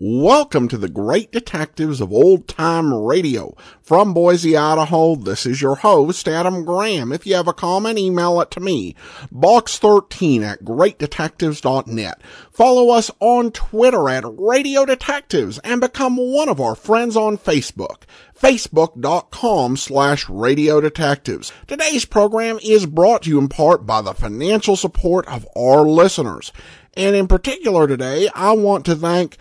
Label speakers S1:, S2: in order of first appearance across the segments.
S1: welcome to the great detectives of old time radio. From Boise, Idaho, this is your host, Adam Graham. If you have a comment, email it to me, box13 at greatdetectives.net. Follow us on Twitter at Radio Detectives and become one of our friends on Facebook facebook.com slash radio detectives. Today's program is brought to you in part by the financial support of our listeners. And in particular today, I want to thank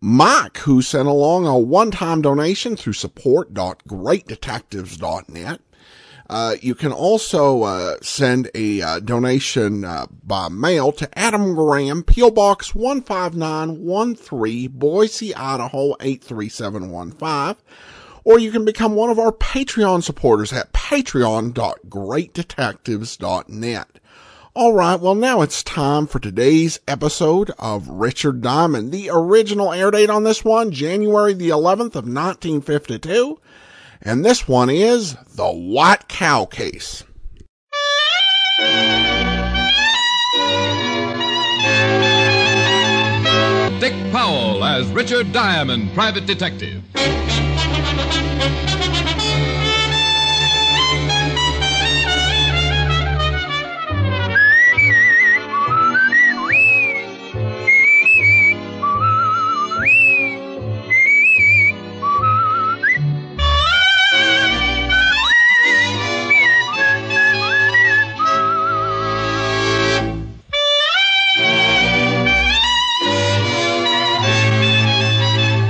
S1: Mike, who sent along a one-time donation through support.greatdetectives.net. Uh, you can also uh, send a uh, donation uh, by mail to Adam Graham, P.O. Box 15913, Boise, Idaho 83715 or you can become one of our Patreon supporters at patreon.greatdetectives.net. All right, well, now it's time for today's episode of Richard Diamond. The original air date on this one, January the 11th of 1952, and this one is The White Cow Case.
S2: Dick Powell as Richard Diamond, private detective.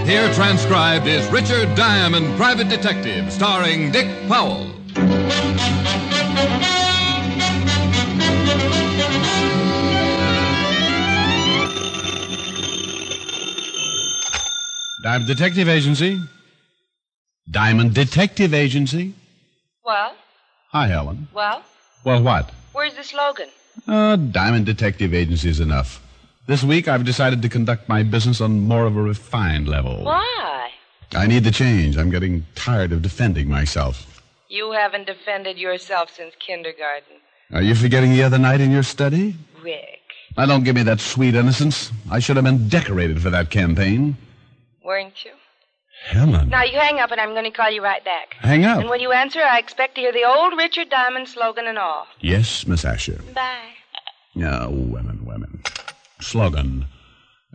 S2: Here transcribed is Richard Diamond, Private Detective, starring Dick Powell.
S3: Diamond Detective Agency. Diamond Detective Agency.
S4: Well,
S3: Hi, Helen.
S4: well,
S3: Well, what?
S4: where's the slogan?
S3: Uh, Diamond Detective Agency is enough. This week, I've decided to conduct my business on more of a refined level.
S4: Why?
S3: I need the change. I'm getting tired of defending myself.
S4: You haven't defended yourself since kindergarten,
S3: Are you forgetting the other night in your study?
S4: Rick.
S3: Now, don't give me that sweet innocence. I should have been decorated for that campaign.
S4: Weren't you?
S3: Helen.
S4: Now you hang up, and I'm going to call you right back.
S3: Hang up.
S4: And when you answer, I expect to hear the old Richard Diamond slogan and all.
S3: Yes, Miss Asher.
S4: Bye.
S3: Yeah, women, women. Slogan.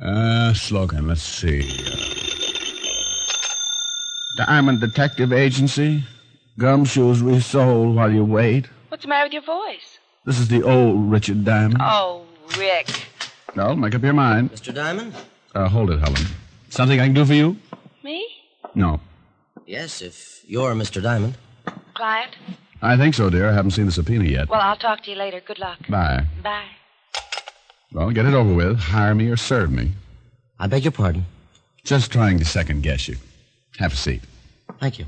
S3: Uh, slogan, let's see. Diamond Detective Agency. Gumshoes resold while you wait.
S4: What's the matter with your voice?
S3: This is the old Richard Diamond.
S4: Oh, Rick.
S3: Well, make up your mind.
S5: Mr. Diamond?
S3: Uh, hold it, Helen. Something I can do for you?
S4: Me?
S3: No.
S5: Yes, if you're Mr. Diamond.
S4: Client?
S3: I think so, dear. I haven't seen the subpoena yet.
S4: Well, I'll talk to you later. Good luck.
S3: Bye.
S4: Bye.
S3: Well, get it over with. Hire me or serve me.
S5: I beg your pardon.
S3: Just trying to second guess you. Have a seat.
S5: Thank you.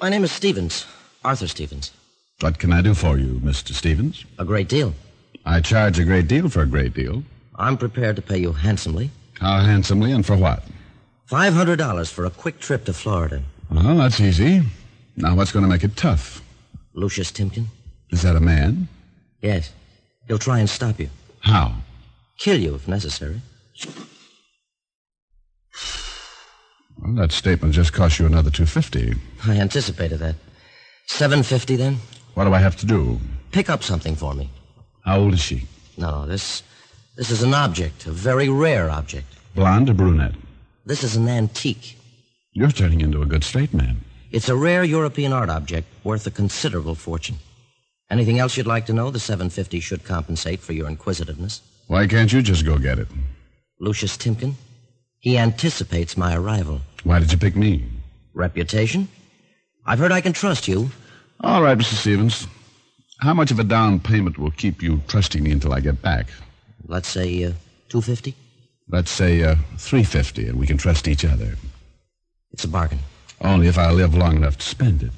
S5: My name is Stevens, Arthur Stevens.
S3: What can I do for you, Mr. Stevens?
S5: A great deal.
S3: I charge a great deal for a great deal.
S5: I'm prepared to pay you handsomely.
S3: How handsomely and for what?
S5: $500 for a quick trip to Florida.
S3: Well, that's easy. Now, what's going to make it tough?
S5: Lucius Timken?
S3: Is that a man?
S5: Yes. He'll try and stop you.
S3: How?
S5: Kill you if necessary.
S3: Well, that statement just cost you another 250.
S5: I anticipated that. 750 then?
S3: What do I have to do?
S5: Pick up something for me.
S3: How old is she?
S5: No, this this is an object, a very rare object.
S3: Blonde or brunette?
S5: This is an antique.
S3: You're turning into a good straight man.
S5: It's a rare European art object worth a considerable fortune. Anything else you'd like to know? The 750 should compensate for your inquisitiveness.
S3: Why can't you just go get it?
S5: Lucius Timken, he anticipates my arrival.
S3: Why did you pick me?
S5: Reputation? I've heard I can trust you.
S3: All right, Mr. Stevens. How much of a down payment will keep you trusting me until I get back?
S5: Let's say uh, 250.
S3: Let's say uh, 350 and we can trust each other.
S5: It's a bargain.
S3: Only if I live long enough to spend it.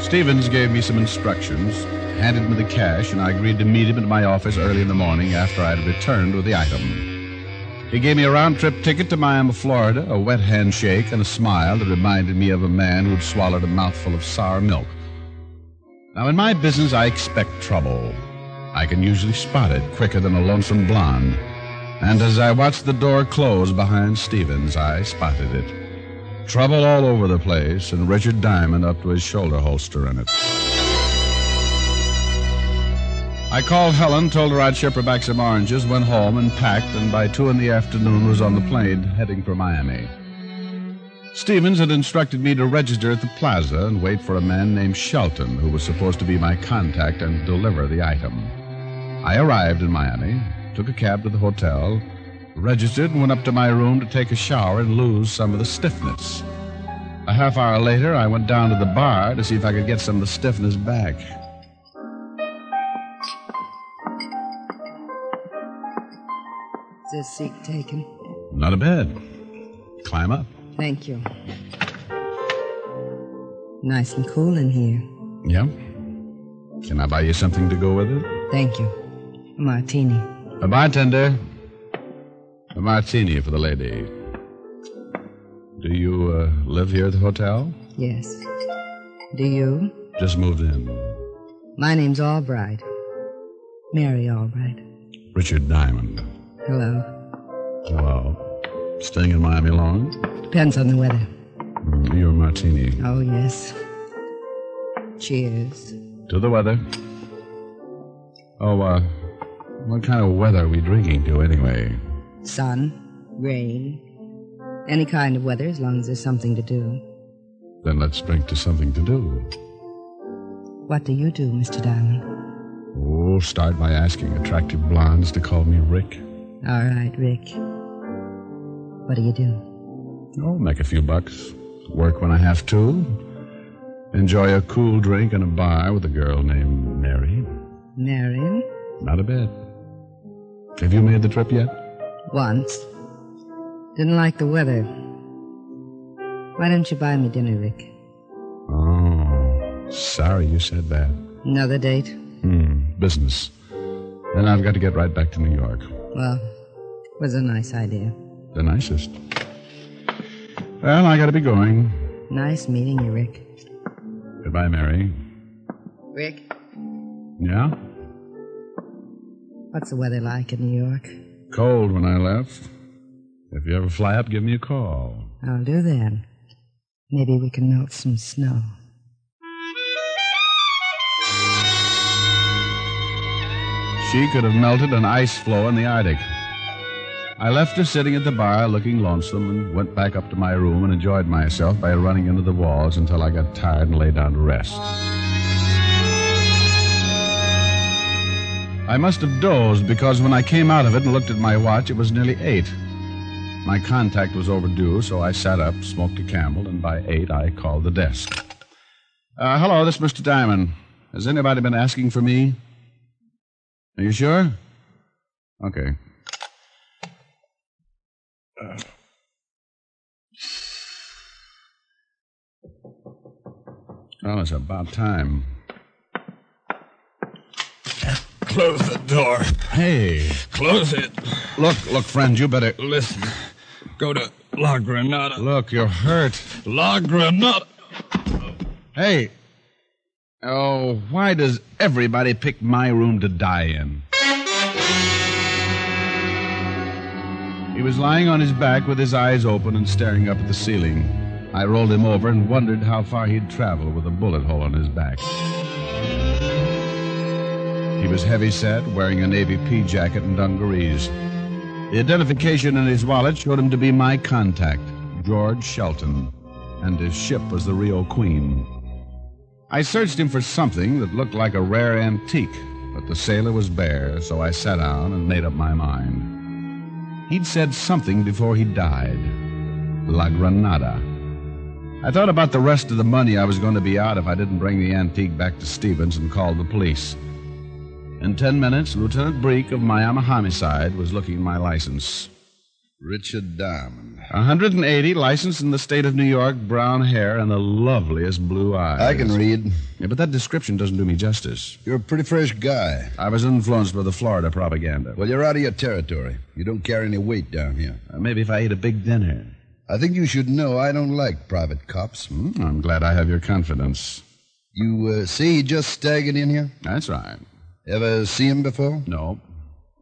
S3: Stevens gave me some instructions, handed me the cash, and I agreed to meet him at my office early in the morning after I had returned with the item. He gave me a round trip ticket to Miami, Florida, a wet handshake, and a smile that reminded me of a man who'd swallowed a mouthful of sour milk. Now, in my business, I expect trouble. I can usually spot it quicker than a lonesome blonde. And as I watched the door close behind Stevens, I spotted it. Trouble all over the place, and Richard Diamond up to his shoulder holster in it. I called Helen, told her I'd ship her back some oranges, went home and packed, and by two in the afternoon was on the plane heading for Miami. Stevens had instructed me to register at the plaza and wait for a man named Shelton, who was supposed to be my contact and deliver the item. I arrived in Miami, took a cab to the hotel, registered, and went up to my room to take a shower and lose some of the stiffness. A half hour later, I went down to the bar to see if I could get some of the stiffness back.
S6: Is this seat taken?
S3: Not a bed. Climb up.
S6: Thank you. Nice and cool in here.
S3: Yeah? Can I buy you something to go with it?
S6: Thank you. A martini.
S3: A bartender. A martini for the lady. Do you uh, live here at the hotel?
S6: Yes. Do you?
S3: Just moved in.
S6: My name's Albright. Mary Albright.
S3: Richard Diamond.
S6: Hello.
S3: Wow. Staying in Miami long?
S6: Depends on the weather.
S3: Mm, Your martini.
S6: Oh, yes. Cheers.
S3: To the weather. Oh, uh, what kind of weather are we drinking to anyway?
S6: Sun, rain, any kind of weather as long as there's something to do.
S3: Then let's drink to something to do.
S6: What do you do, Mr. Diamond?
S3: Oh, start by asking attractive blondes to call me Rick.
S6: All right, Rick. What do you do?
S3: Oh, make a few bucks. Work when I have to. Enjoy a cool drink in a bar with a girl named Mary.
S6: Marry?
S3: Not a bit. Have you made the trip yet?
S6: Once. Didn't like the weather. Why don't you buy me dinner, Rick?
S3: Oh, sorry you said that.
S6: Another date?
S3: Hmm, business. Then I've got to get right back to New York.
S6: Well, it was a nice idea.
S3: The nicest. Well, I got to be going.
S6: Nice meeting you, Rick.
S3: Goodbye, Mary.
S6: Rick,
S3: Yeah?
S6: what's the weather like in New York?
S3: Cold when I left. If you ever fly up, give me a call.
S6: I'll do that. Maybe we can melt some snow.
S3: She could have melted an ice floe in the Arctic. I left her sitting at the bar looking lonesome and went back up to my room and enjoyed myself by running into the walls until I got tired and lay down to rest. I must have dozed because when I came out of it and looked at my watch, it was nearly eight. My contact was overdue, so I sat up, smoked a camel, and by eight I called the desk. Uh, hello, this is Mr. Diamond. Has anybody been asking for me? Are you sure? Okay. Uh. Well, it's about time.
S7: Close the door.
S3: Hey,
S7: Close it.
S3: look, look, friend, you better
S7: Listen. Go to La Granada.
S3: look. You're hurt.
S7: La Granada.
S3: Hey. Oh, why does everybody pick my room to die in? He was lying on his back with his eyes open and staring up at the ceiling. I rolled him over and wondered how far he'd travel with a bullet hole in his back. He was heavy set, wearing a navy pea jacket and dungarees. The identification in his wallet showed him to be my contact, George Shelton, and his ship was the Rio Queen. I searched him for something that looked like a rare antique, but the sailor was bare, so I sat down and made up my mind. He'd said something before he died La Granada. I thought about the rest of the money I was going to be out if I didn't bring the antique back to Stevens and called the police. In ten minutes, Lieutenant Breek of Miami Homicide was looking at my license. Richard Diamond. 180, licensed in the state of New York, brown hair, and the loveliest blue eyes.
S8: I can read.
S3: Yeah, but that description doesn't do me justice.
S8: You're a pretty fresh guy.
S3: I was influenced by the Florida propaganda.
S8: Well, you're out of your territory. You don't carry any weight down here.
S3: Uh, maybe if I ate a big dinner.
S8: I think you should know I don't like private cops.
S3: Hmm, I'm glad I have your confidence.
S8: You uh, see, he just staggered in here.
S3: That's right.
S8: Ever see him before?
S3: No.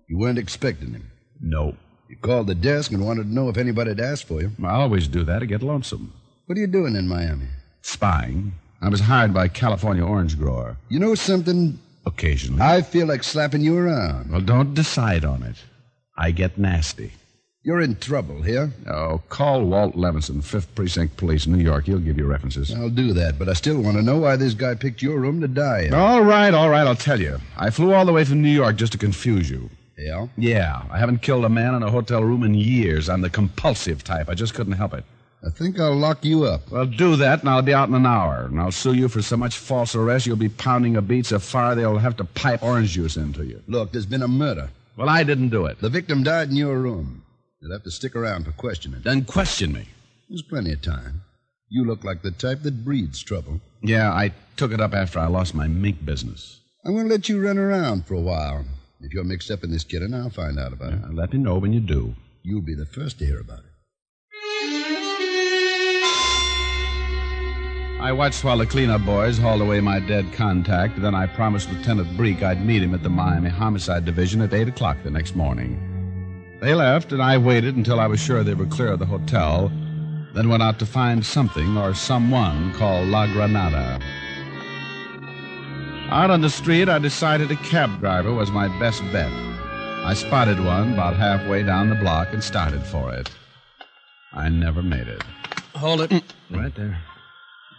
S8: You weren't expecting him.
S3: No.
S8: You called the desk and wanted to know if anybody had asked for you.
S3: I always do that to get lonesome.
S8: What are you doing in Miami?
S3: Spying. I was hired by a California orange grower.
S8: You know something?
S3: Occasionally.
S8: I feel like slapping you around.
S3: Well, don't decide on it. I get nasty.
S8: You're in trouble here.
S3: Oh, call Walt Levinson, 5th Precinct Police, New York. He'll give you references.
S8: I'll do that, but I still want to know why this guy picked your room to die in.
S3: All right, all right, I'll tell you. I flew all the way from New York just to confuse you.
S8: Yeah?
S3: Yeah, I haven't killed a man in a hotel room in years. I'm the compulsive type. I just couldn't help it.
S8: I think I'll lock you up.
S3: Well, do that, and I'll be out in an hour. And I'll sue you for so much false arrest, you'll be pounding a beat so far they'll have to pipe orange juice into you.
S8: Look, there's been a murder.
S3: Well, I didn't do it.
S8: The victim died in your room. You'll have to stick around for questioning.
S3: Then question me.
S8: There's plenty of time. You look like the type that breeds trouble.
S3: Yeah, I took it up after I lost my mink business.
S8: I'm going to let you run around for a while. If you're mixed up in this kidding, I'll find out about it.
S3: Uh, let me know when you do.
S8: You'll be the first to hear about it.
S3: I watched while the cleanup boys hauled away my dead contact, and then I promised Lieutenant Breek I'd meet him at the Miami Homicide Division at 8 o'clock the next morning. They left, and I waited until I was sure they were clear of the hotel, then went out to find something or someone called La Granada. Out on the street, I decided a cab driver was my best bet. I spotted one about halfway down the block and started for it. I never made it.
S9: Hold it.
S3: Right there.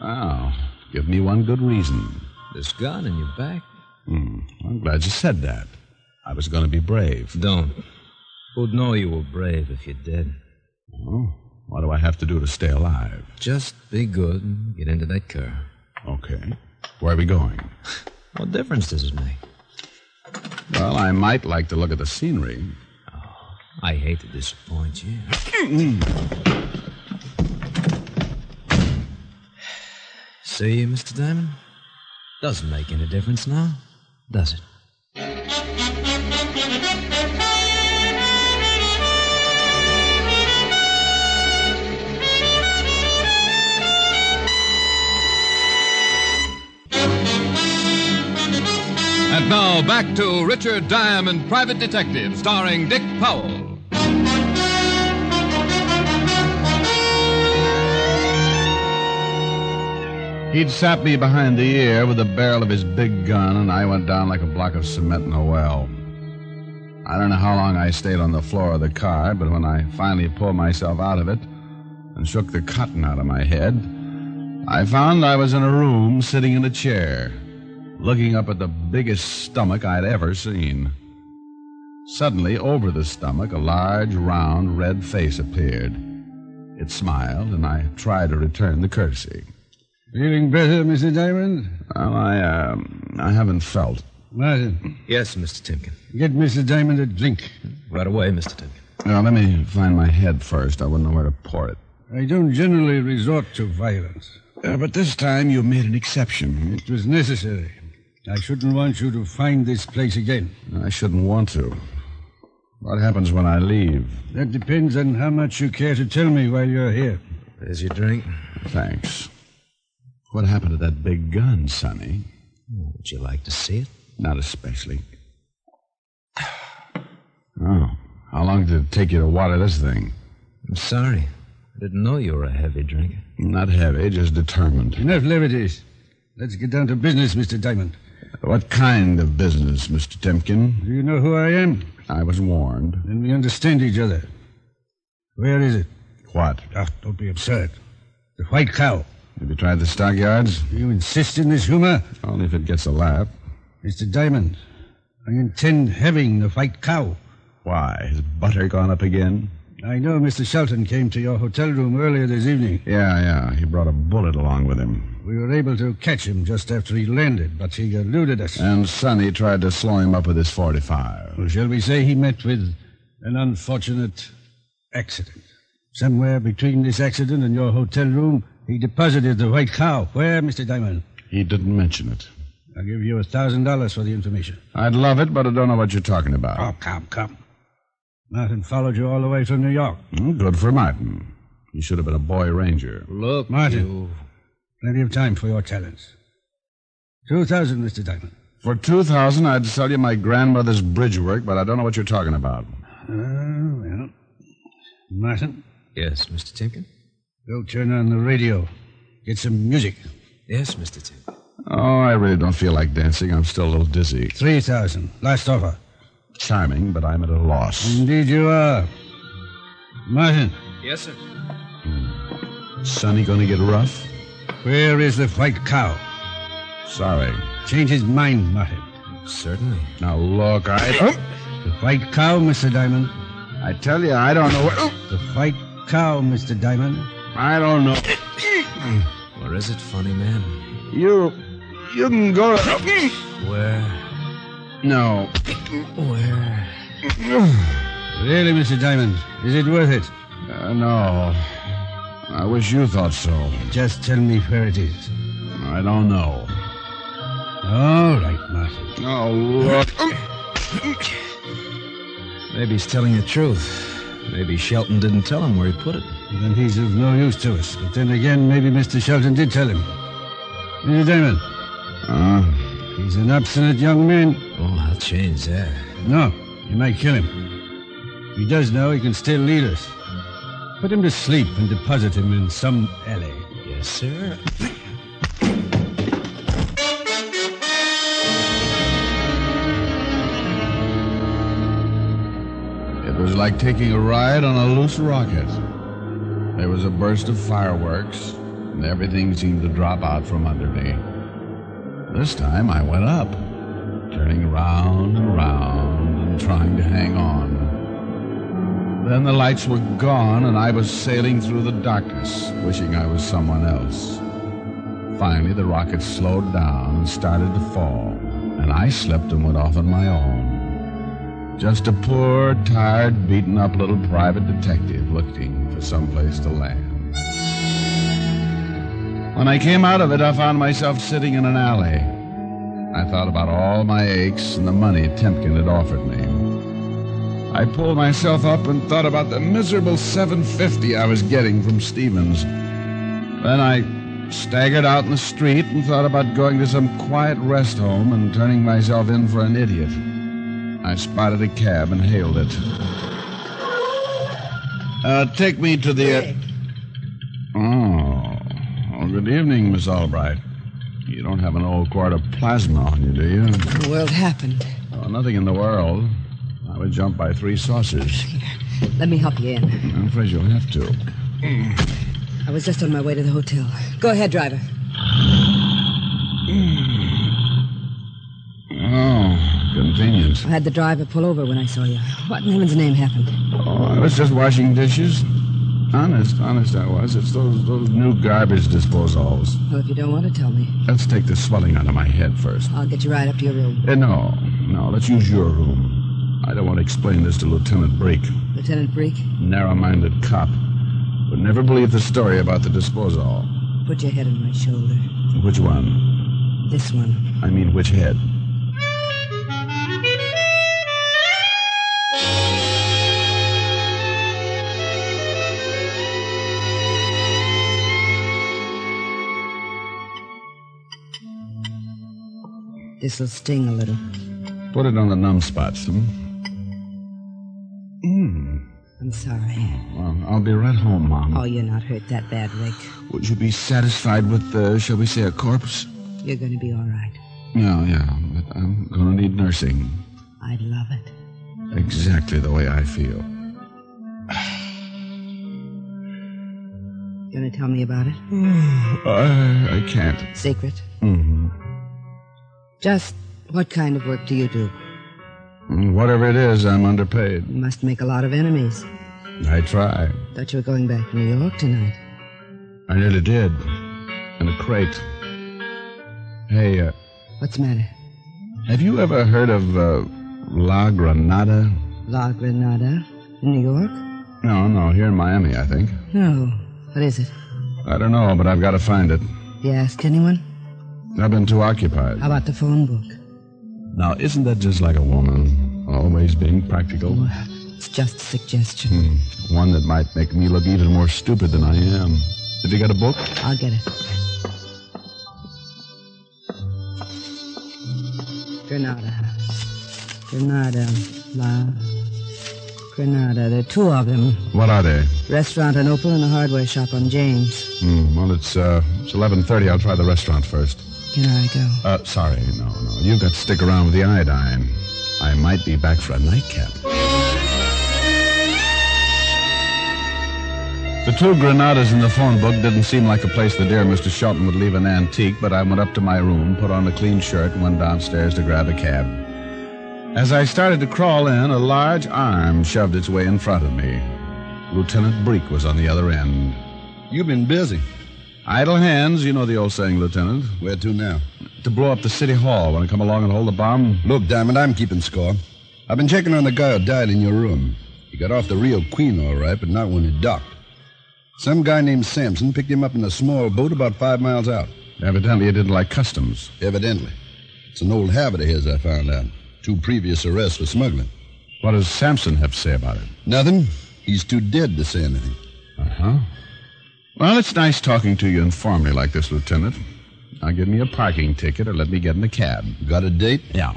S3: Oh, give me one good reason.
S9: This gun in your back?
S3: Hmm, I'm glad you said that. I was going to be brave.
S9: Don't. Who'd know you were brave if you did?
S3: Oh, what do I have to do to stay alive?
S9: Just be good and get into that car.
S3: Okay. Where are we going?
S9: What difference does it make?
S3: Well, I might like to look at the scenery.
S9: I hate to disappoint you. See you, Mr. Diamond? Doesn't make any difference now, does it?
S2: And now back to Richard Diamond, Private Detective, starring Dick Powell.
S3: He'd sapped me behind the ear with the barrel of his big gun, and I went down like a block of cement in a well. I don't know how long I stayed on the floor of the car, but when I finally pulled myself out of it and shook the cotton out of my head, I found I was in a room sitting in a chair, looking up at the biggest stomach I'd ever seen. Suddenly, over the stomach, a large, round, red face appeared. It smiled, and I tried to return the courtesy.
S8: Feeling better, Mr. Diamond?
S3: Well, I, um, I haven't felt.
S8: Martin,
S9: Yes, Mr. Timken.
S8: get Mr. Diamond a drink.
S9: Right away, Mr. Timken.
S3: Now, let me find my head first. I wouldn't know where to pour it.
S8: I don't generally resort to violence.
S3: Uh, but this time you made an exception.
S8: It was necessary. I shouldn't want you to find this place again.
S3: I shouldn't want to. What happens when I leave?
S8: That depends on how much you care to tell me while you're here.
S9: There's your drink.
S3: Thanks. What happened to that big gun, Sonny?
S9: Would you like to see it?
S3: Not especially. Oh, how long did it take you to water this thing?
S9: I'm sorry. I didn't know you were a heavy drinker.
S3: Not heavy, just determined.
S8: Enough levities. Let's get down to business, Mr. Diamond.
S3: What kind of business, Mr. Timkin?
S8: Do you know who I am?
S3: I was warned.
S8: Then we understand each other. Where is it?
S3: What?
S8: Ah, don't be absurd. The White Cow.
S3: Have you tried the stockyards?
S8: Do you insist in this humor?
S3: Only if it gets a laugh.
S8: Mr. Diamond, I intend having the White Cow.
S3: Why? Has butter gone up again?
S8: I know Mr. Shelton came to your hotel room earlier this evening.
S3: Yeah, yeah. He brought a bullet along with him.
S8: We were able to catch him just after he landed, but he eluded us.
S3: And Sonny tried to slow him up with his 45.
S8: Or shall we say he met with an unfortunate accident? Somewhere between this accident and your hotel room, he deposited the white cow. Where, Mr. Diamond?
S3: He didn't mention it.
S8: I'll give you a thousand dollars for the information.
S3: I'd love it, but I don't know what you're talking about.
S8: Oh, come, come. Martin followed you all the way from New York.
S3: Mm, Good for Martin. He should have been a boy ranger.
S9: Look,
S8: Martin. Plenty of time for your talents. Two thousand, Mr. Diamond.
S3: For 2000 I'd sell you my grandmother's bridge work, but I don't know what you're talking about.
S8: Oh, well. Martin,
S9: Yes, Mr. Timken?
S8: go turn on the radio. Get some music.
S9: Yes, Mr. Timken.
S3: Oh, I really don't feel like dancing. I'm still a little dizzy.
S8: 3,000. Last offer.
S3: Charming, but I'm at a loss.
S8: Indeed you are. Martin,
S9: Yes, sir.
S3: Sonny gonna get rough?
S8: where is the white cow?
S3: Sorry.
S8: Change his mind, Martin.
S9: Certainly.
S3: Now look, I.
S8: The white cow, Mr. Diamond.
S3: I tell you, I don't know what.
S8: The white cow, Mr. Diamond.
S3: I don't know.
S9: Or is it funny, man?
S3: You. You can go to.
S9: Where?
S3: No.
S9: Where?
S8: Really, Mr. Diamond, is it worth it?
S3: Uh, no. I wish you thought so.
S8: Just tell me where it is.
S3: I don't know.
S8: All right, Martin.
S3: Oh, look.
S9: Maybe he's telling the truth. Maybe Shelton didn't tell him where he put it.
S8: Then he's of no use to us. But then again, maybe Mr. Shelton did tell him. Mr. Diamond,
S3: Uh,
S8: he's an obstinate young man.
S9: Oh, I'll change that.
S8: No, you might kill him. If he does know, he can still lead us. Put him to sleep and deposit him in some alley.
S9: Yes, sir.
S3: It was like taking a ride on a loose rocket. There was a burst of fireworks, and everything seemed to drop out from under me. This time I went up, turning round and round and trying to hang on. Then the lights were gone, and I was sailing through the darkness, wishing I was someone else. Finally, the rocket slowed down and started to fall, and I slipped and went off on my own. Just a poor, tired, beaten up little private detective looking for someplace to land. When I came out of it, I found myself sitting in an alley. I thought about all my aches and the money Timken had offered me. I pulled myself up and thought about the miserable 750 I was getting from Stevens. Then I staggered out in the street and thought about going to some quiet rest home and turning myself in for an idiot. I spotted a cab and hailed it. Uh, take me to the. Oh. oh, good evening, Miss Albright. You don't have an old quart of plasma on you, do you?
S6: What happened?
S3: Oh, nothing in the world. I would jump by three saucers.
S6: Let me help you in.
S3: I'm afraid you'll have to.
S6: I was just on my way to the hotel. Go ahead, driver.
S3: Oh, convenient.
S6: I had the driver pull over when I saw you. What in heaven's name happened?
S3: Oh, I was just washing dishes. Honest, honest, I was. It's those, those new garbage disposals.
S6: Well, if you don't want to tell me,
S3: Let's take the swelling out of my head first.
S6: I'll get you right up to your room.
S3: Eh, no, no, let's use your room. I don't want to explain this to Lieutenant Brake,
S6: Lieutenant Breek,
S3: narrow minded cop. Would never believe the story about the disposal.
S6: put your head on my shoulder.
S3: Which one?
S6: This one.
S3: I mean, which head?
S6: This'll sting a little.
S3: Put it on the numb spots, hmm?
S6: I'm sorry.
S3: Well, I'll be right home, Mom.
S6: Oh, you're not hurt that bad, Rick.
S3: Would you be satisfied with, uh, shall we say, a corpse?
S6: You're going to be all right.
S3: Yeah, yeah, but I'm gonna need nursing.
S6: I'd love it.
S3: Exactly the way I feel.
S6: You going to tell me about it?
S3: I, I can't.
S6: Secret?
S3: hmm
S6: Just what kind of work do you do?
S3: Whatever it is, I'm underpaid.
S6: You must make a lot of enemies.
S3: I try.
S6: Thought you were going back to New York tonight.
S3: I nearly did. In a crate. Hey, uh,
S6: What's the matter?
S3: have you ever heard of uh, La Granada?
S6: La Granada? In New York?
S3: No, no, here in Miami, I think.
S6: No. What is it?
S3: I don't know, but I've got to find it.
S6: You asked anyone?
S3: I've been too occupied.
S6: How about the phone book?
S3: Now, isn't that just like a woman? Always being practical.
S6: Well, it's just a suggestion.
S3: One that might make me look even more stupid than I am. Have you got a book?
S6: I'll get it. Granada. Granada. La. Granada. There are two of them.
S3: What are they?
S6: Restaurant in Opal and a hardware shop on James.
S3: Hmm, well, it's uh, it's eleven thirty. I'll try the restaurant first.
S6: Can I go?
S3: Uh, sorry, no, no. You've got to stick around with the iodine. I might be back for a nightcap. The two Granadas in the phone book didn't seem like a place the dear Mr. Shelton would leave an antique, but I went up to my room, put on a clean shirt, and went downstairs to grab a cab. As I started to crawl in, a large arm shoved its way in front of me. Lieutenant Breek was on the other end. You've been busy. Idle hands, you know the old saying, Lieutenant.
S10: Where to now?
S3: To blow up the city hall. Want to come along and hold the bomb?
S10: Look, Diamond, I'm keeping score. I've been checking on the guy who died in your room. He got off the Rio Queen all right, but not when he docked. Some guy named Sampson picked him up in a small boat about five miles out.
S3: Evidently, you didn't like customs.
S10: Evidently. It's an old habit of his, I found out. Two previous arrests for smuggling.
S3: What does Sampson have to say about it?
S10: Nothing. He's too dead to say anything.
S3: Uh huh. Well, it's nice talking to you informally like this, Lieutenant. Now give me a parking ticket or let me get in a cab.
S10: Got a date?
S3: Yeah.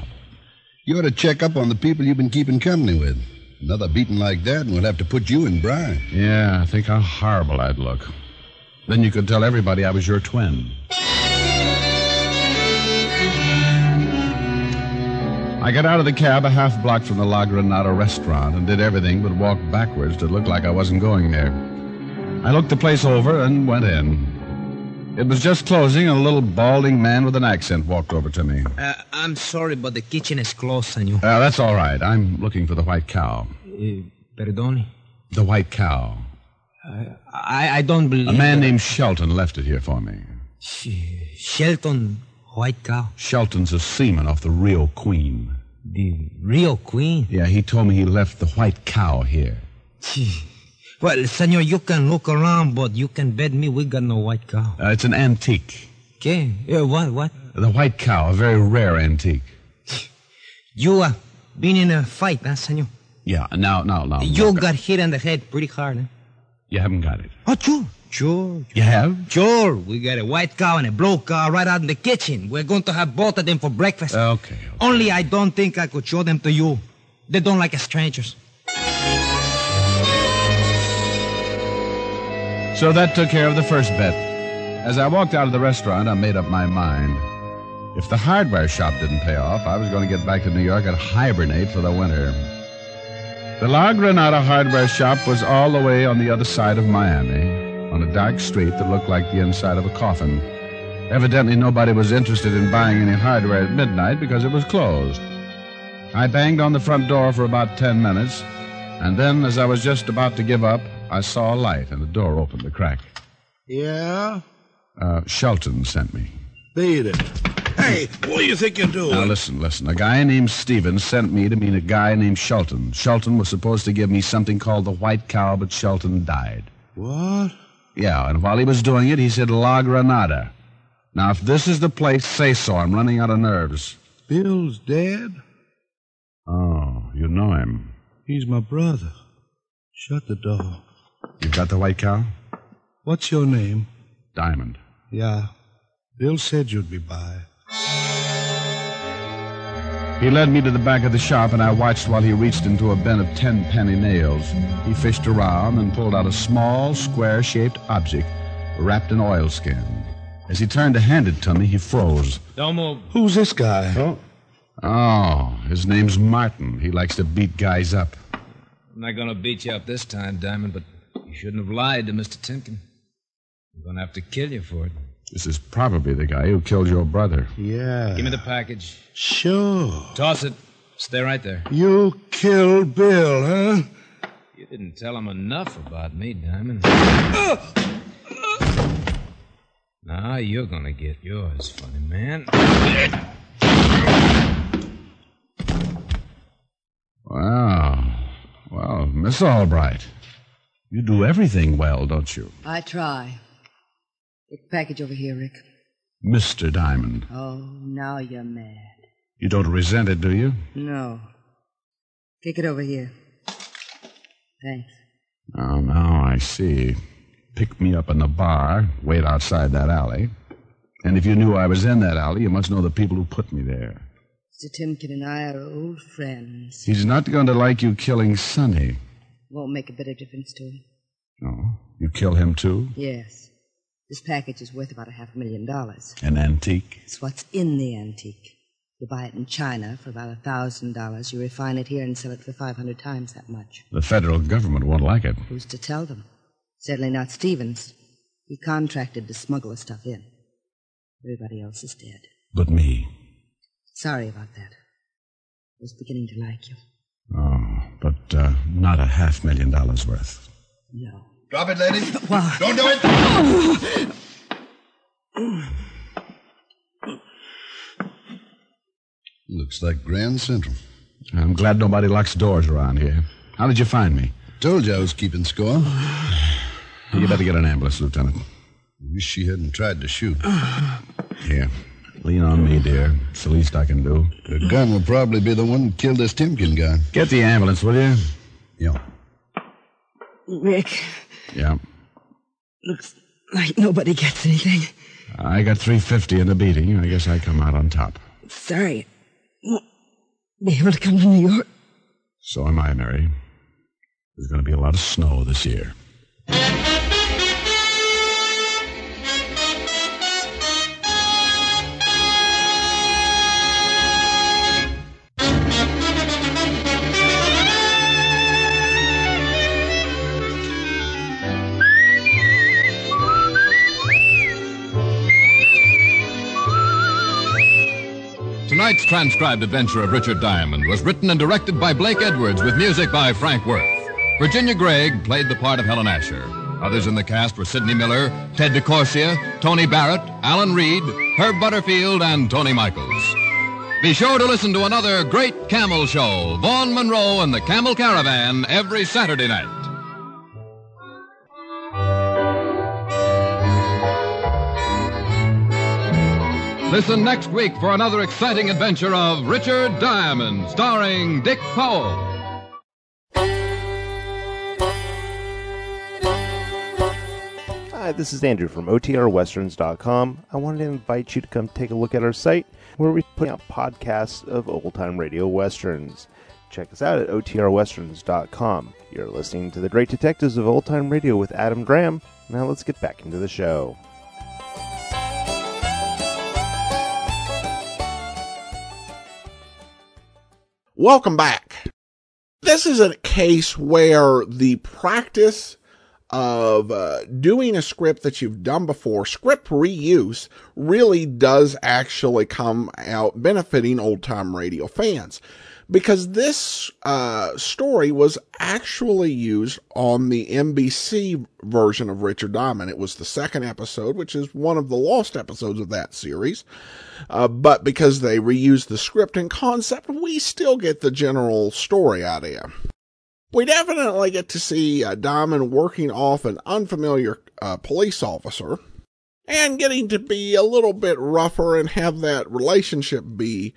S10: You ought to check up on the people you've been keeping company with. Another beating like that, and we'll have to put you in brine.
S3: Yeah, I think how horrible I'd look. Then you could tell everybody I was your twin. I got out of the cab a half block from the La Granada restaurant and did everything but walk backwards to look like I wasn't going there. I looked the place over and went in. It was just closing, and a little balding man with an accent walked over to me.
S9: Uh, I'm sorry, but the kitchen is closed, senor.
S3: Uh, that's all right. I'm looking for the white cow.
S9: Uh, perdone?
S3: The white cow.
S9: I, I don't believe.
S3: A man named Shelton left it here for me.
S9: Sh- Shelton White Cow.
S3: Shelton's a seaman off the Rio Queen.
S9: The real queen?
S3: Yeah, he told me he left the white cow here.
S9: Gee. Well, senor, you can look around, but you can bet me we got no white cow.
S3: Uh, it's an antique.
S9: Okay. Uh, what, what?
S3: The white cow, a very rare antique.
S9: You, uh, been in a fight, huh, senor?
S3: Yeah, now, now, now.
S9: You
S3: look, uh,
S9: got hit on the head pretty hard, huh?
S3: You haven't got it.
S9: Oh, sure. Sure.
S3: You have?
S9: Sure. We got a white cow and a blue cow right out in the kitchen. We're going to have both of them for breakfast.
S3: Okay. okay.
S9: Only I don't think I could show them to you. They don't like strangers.
S3: So that took care of the first bet. As I walked out of the restaurant, I made up my mind. If the hardware shop didn't pay off, I was going to get back to New York and hibernate for the winter. The La Granada hardware shop was all the way on the other side of Miami, on a dark street that looked like the inside of a coffin. Evidently, nobody was interested in buying any hardware at midnight because it was closed. I banged on the front door for about ten minutes, and then, as I was just about to give up, I saw a light and the door opened a crack.
S11: Yeah?
S3: Uh, Shelton sent me.
S11: Beat it. Hey, what do you think you're doing?
S3: Now, listen, listen. A guy named Stevens sent me to meet a guy named Shelton. Shelton was supposed to give me something called the White Cow, but Shelton died.
S11: What?
S3: Yeah, and while he was doing it, he said La Granada. Now, if this is the place, say so. I'm running out of nerves.
S11: Bill's dead?
S3: Oh, you know him.
S11: He's my brother. Shut the door.
S3: You've got the white cow?
S11: What's your name?
S3: Diamond.
S11: Yeah. Bill said you'd be by.
S3: He led me to the back of the shop, and I watched while he reached into a bin of ten penny nails. He fished around and pulled out a small, square shaped object wrapped in oilskin. As he turned to hand it to me, he froze.
S7: Domo.
S11: Who's this guy?
S3: Oh. Oh, his name's Martin. He likes to beat guys up.
S9: I'm not going to beat you up this time, Diamond, but you shouldn't have lied to Mr. Timken. I'm going to have to kill you for it.
S3: This is probably the guy who killed your brother.
S11: Yeah.
S9: Give me the package.
S11: Sure.
S9: Toss it. Stay right there.
S11: You killed Bill, huh?
S9: You didn't tell him enough about me, Diamond. now you're going to get yours, funny man.
S3: Wow. Well, Miss Albright, you do everything well, don't you?
S6: I try. Get the package over here, Rick.
S3: Mr. Diamond.
S6: Oh, now you're mad.
S3: You don't resent it, do you?
S6: No. Take it over here. Thanks.
S3: Oh, now I see. Pick me up in the bar, wait outside that alley. And if you knew I was in that alley, you must know the people who put me there.
S6: Mr. Timken and I are old friends.
S3: He's not going to like you killing Sonny.
S6: Won't make a bit of difference to him.
S3: No. You kill him too?
S6: Yes. This package is worth about a half a million dollars.
S3: An antique?
S6: It's what's in the antique. You buy it in China for about a thousand dollars. You refine it here and sell it for five hundred times that much.
S3: The federal government won't like it.
S6: Who's to tell them? Certainly not Stevens. He contracted to smuggle the stuff in. Everybody else is dead.
S3: But me.
S6: Sorry about that. I was beginning to like you.
S3: Oh, but uh, not a half million dollars worth.
S6: No.
S10: Drop it, ladies. Don't do it. Looks like Grand Central.
S3: I'm glad nobody locks doors around here. How did you find me?
S10: Told you I was keeping score.
S3: You better get an ambulance, Lieutenant.
S10: Wish she hadn't tried to shoot.
S3: Here. Lean on me, dear. It's the least I can do.
S10: The gun will probably be the one that killed this Timken guy.
S3: Get the ambulance, will you?
S10: Yeah.
S12: Rick,
S3: Yeah.
S12: looks like nobody gets anything.
S3: I got 350 in the beating. I guess I come out on top.
S12: Sorry. Won't be able to come to New York.
S3: So am I, Mary. There's going to be a lot of snow this year.
S2: Tonight's transcribed adventure of Richard Diamond was written and directed by Blake Edwards with music by Frank Worth. Virginia Gregg played the part of Helen Asher. Others in the cast were Sidney Miller, Ted DeCorsia, Tony Barrett, Alan Reed, Herb Butterfield, and Tony Michaels. Be sure to listen to another great camel show, Vaughn Monroe and the Camel Caravan, every Saturday night. Listen next week for another exciting adventure of Richard Diamond, starring Dick Powell.
S13: Hi, this is Andrew from OTRWesterns.com. I wanted to invite you to come take a look at our site where we put out podcasts of old time radio westerns. Check us out at OTRWesterns.com. You're listening to The Great Detectives of Old Time Radio with Adam Graham. Now let's get back into the show.
S1: Welcome back. This is a case where the practice of uh, doing a script that you've done before, script reuse, really does actually come out benefiting old time radio fans. Because this uh, story was actually used on the NBC version of Richard Diamond. It was the second episode, which is one of the lost episodes of that series. Uh, but because they reused the script and concept, we still get the general story idea. We definitely get to see uh, Diamond working off an unfamiliar uh, police officer and getting to be a little bit rougher and have that relationship be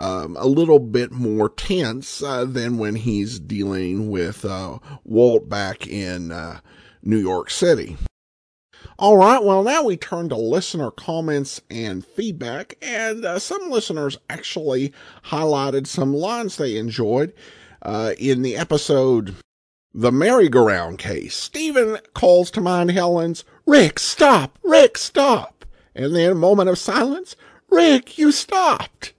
S1: um, a little bit more tense uh, than when he's dealing with uh, Walt back in uh, New York City. All right, well, now we turn to listener comments and feedback, and uh, some listeners actually highlighted some lines they enjoyed uh, in the episode The Merry-Go-Round Case. Stephen calls to mind Helen's, Rick, stop! Rick, stop! And then a moment of silence, Rick, you stopped!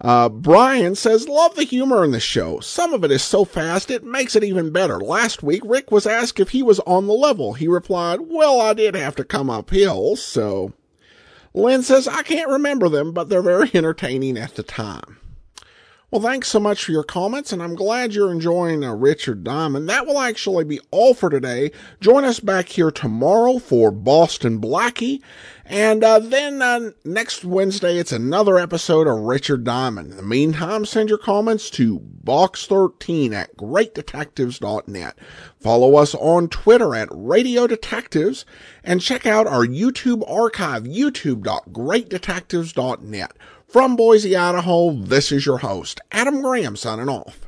S1: Uh, Brian says, Love the humor in the show. Some of it is so fast, it makes it even better. Last week, Rick was asked if he was on the level. He replied, Well, I did have to come uphill, so. Lynn says, I can't remember them, but they're very entertaining at the time. Well, thanks so much for your comments, and I'm glad you're enjoying uh, Richard Diamond. That will actually be all for today. Join us back here tomorrow for Boston Blackie, and uh, then uh, next Wednesday it's another episode of Richard Diamond. In the meantime, send your comments to box13 at greatdetectives.net. Follow us on Twitter at Radio Detectives, and check out our YouTube archive, youtube.greatdetectives.net. From Boise, Idaho, this is your host, Adam Graham, signing off.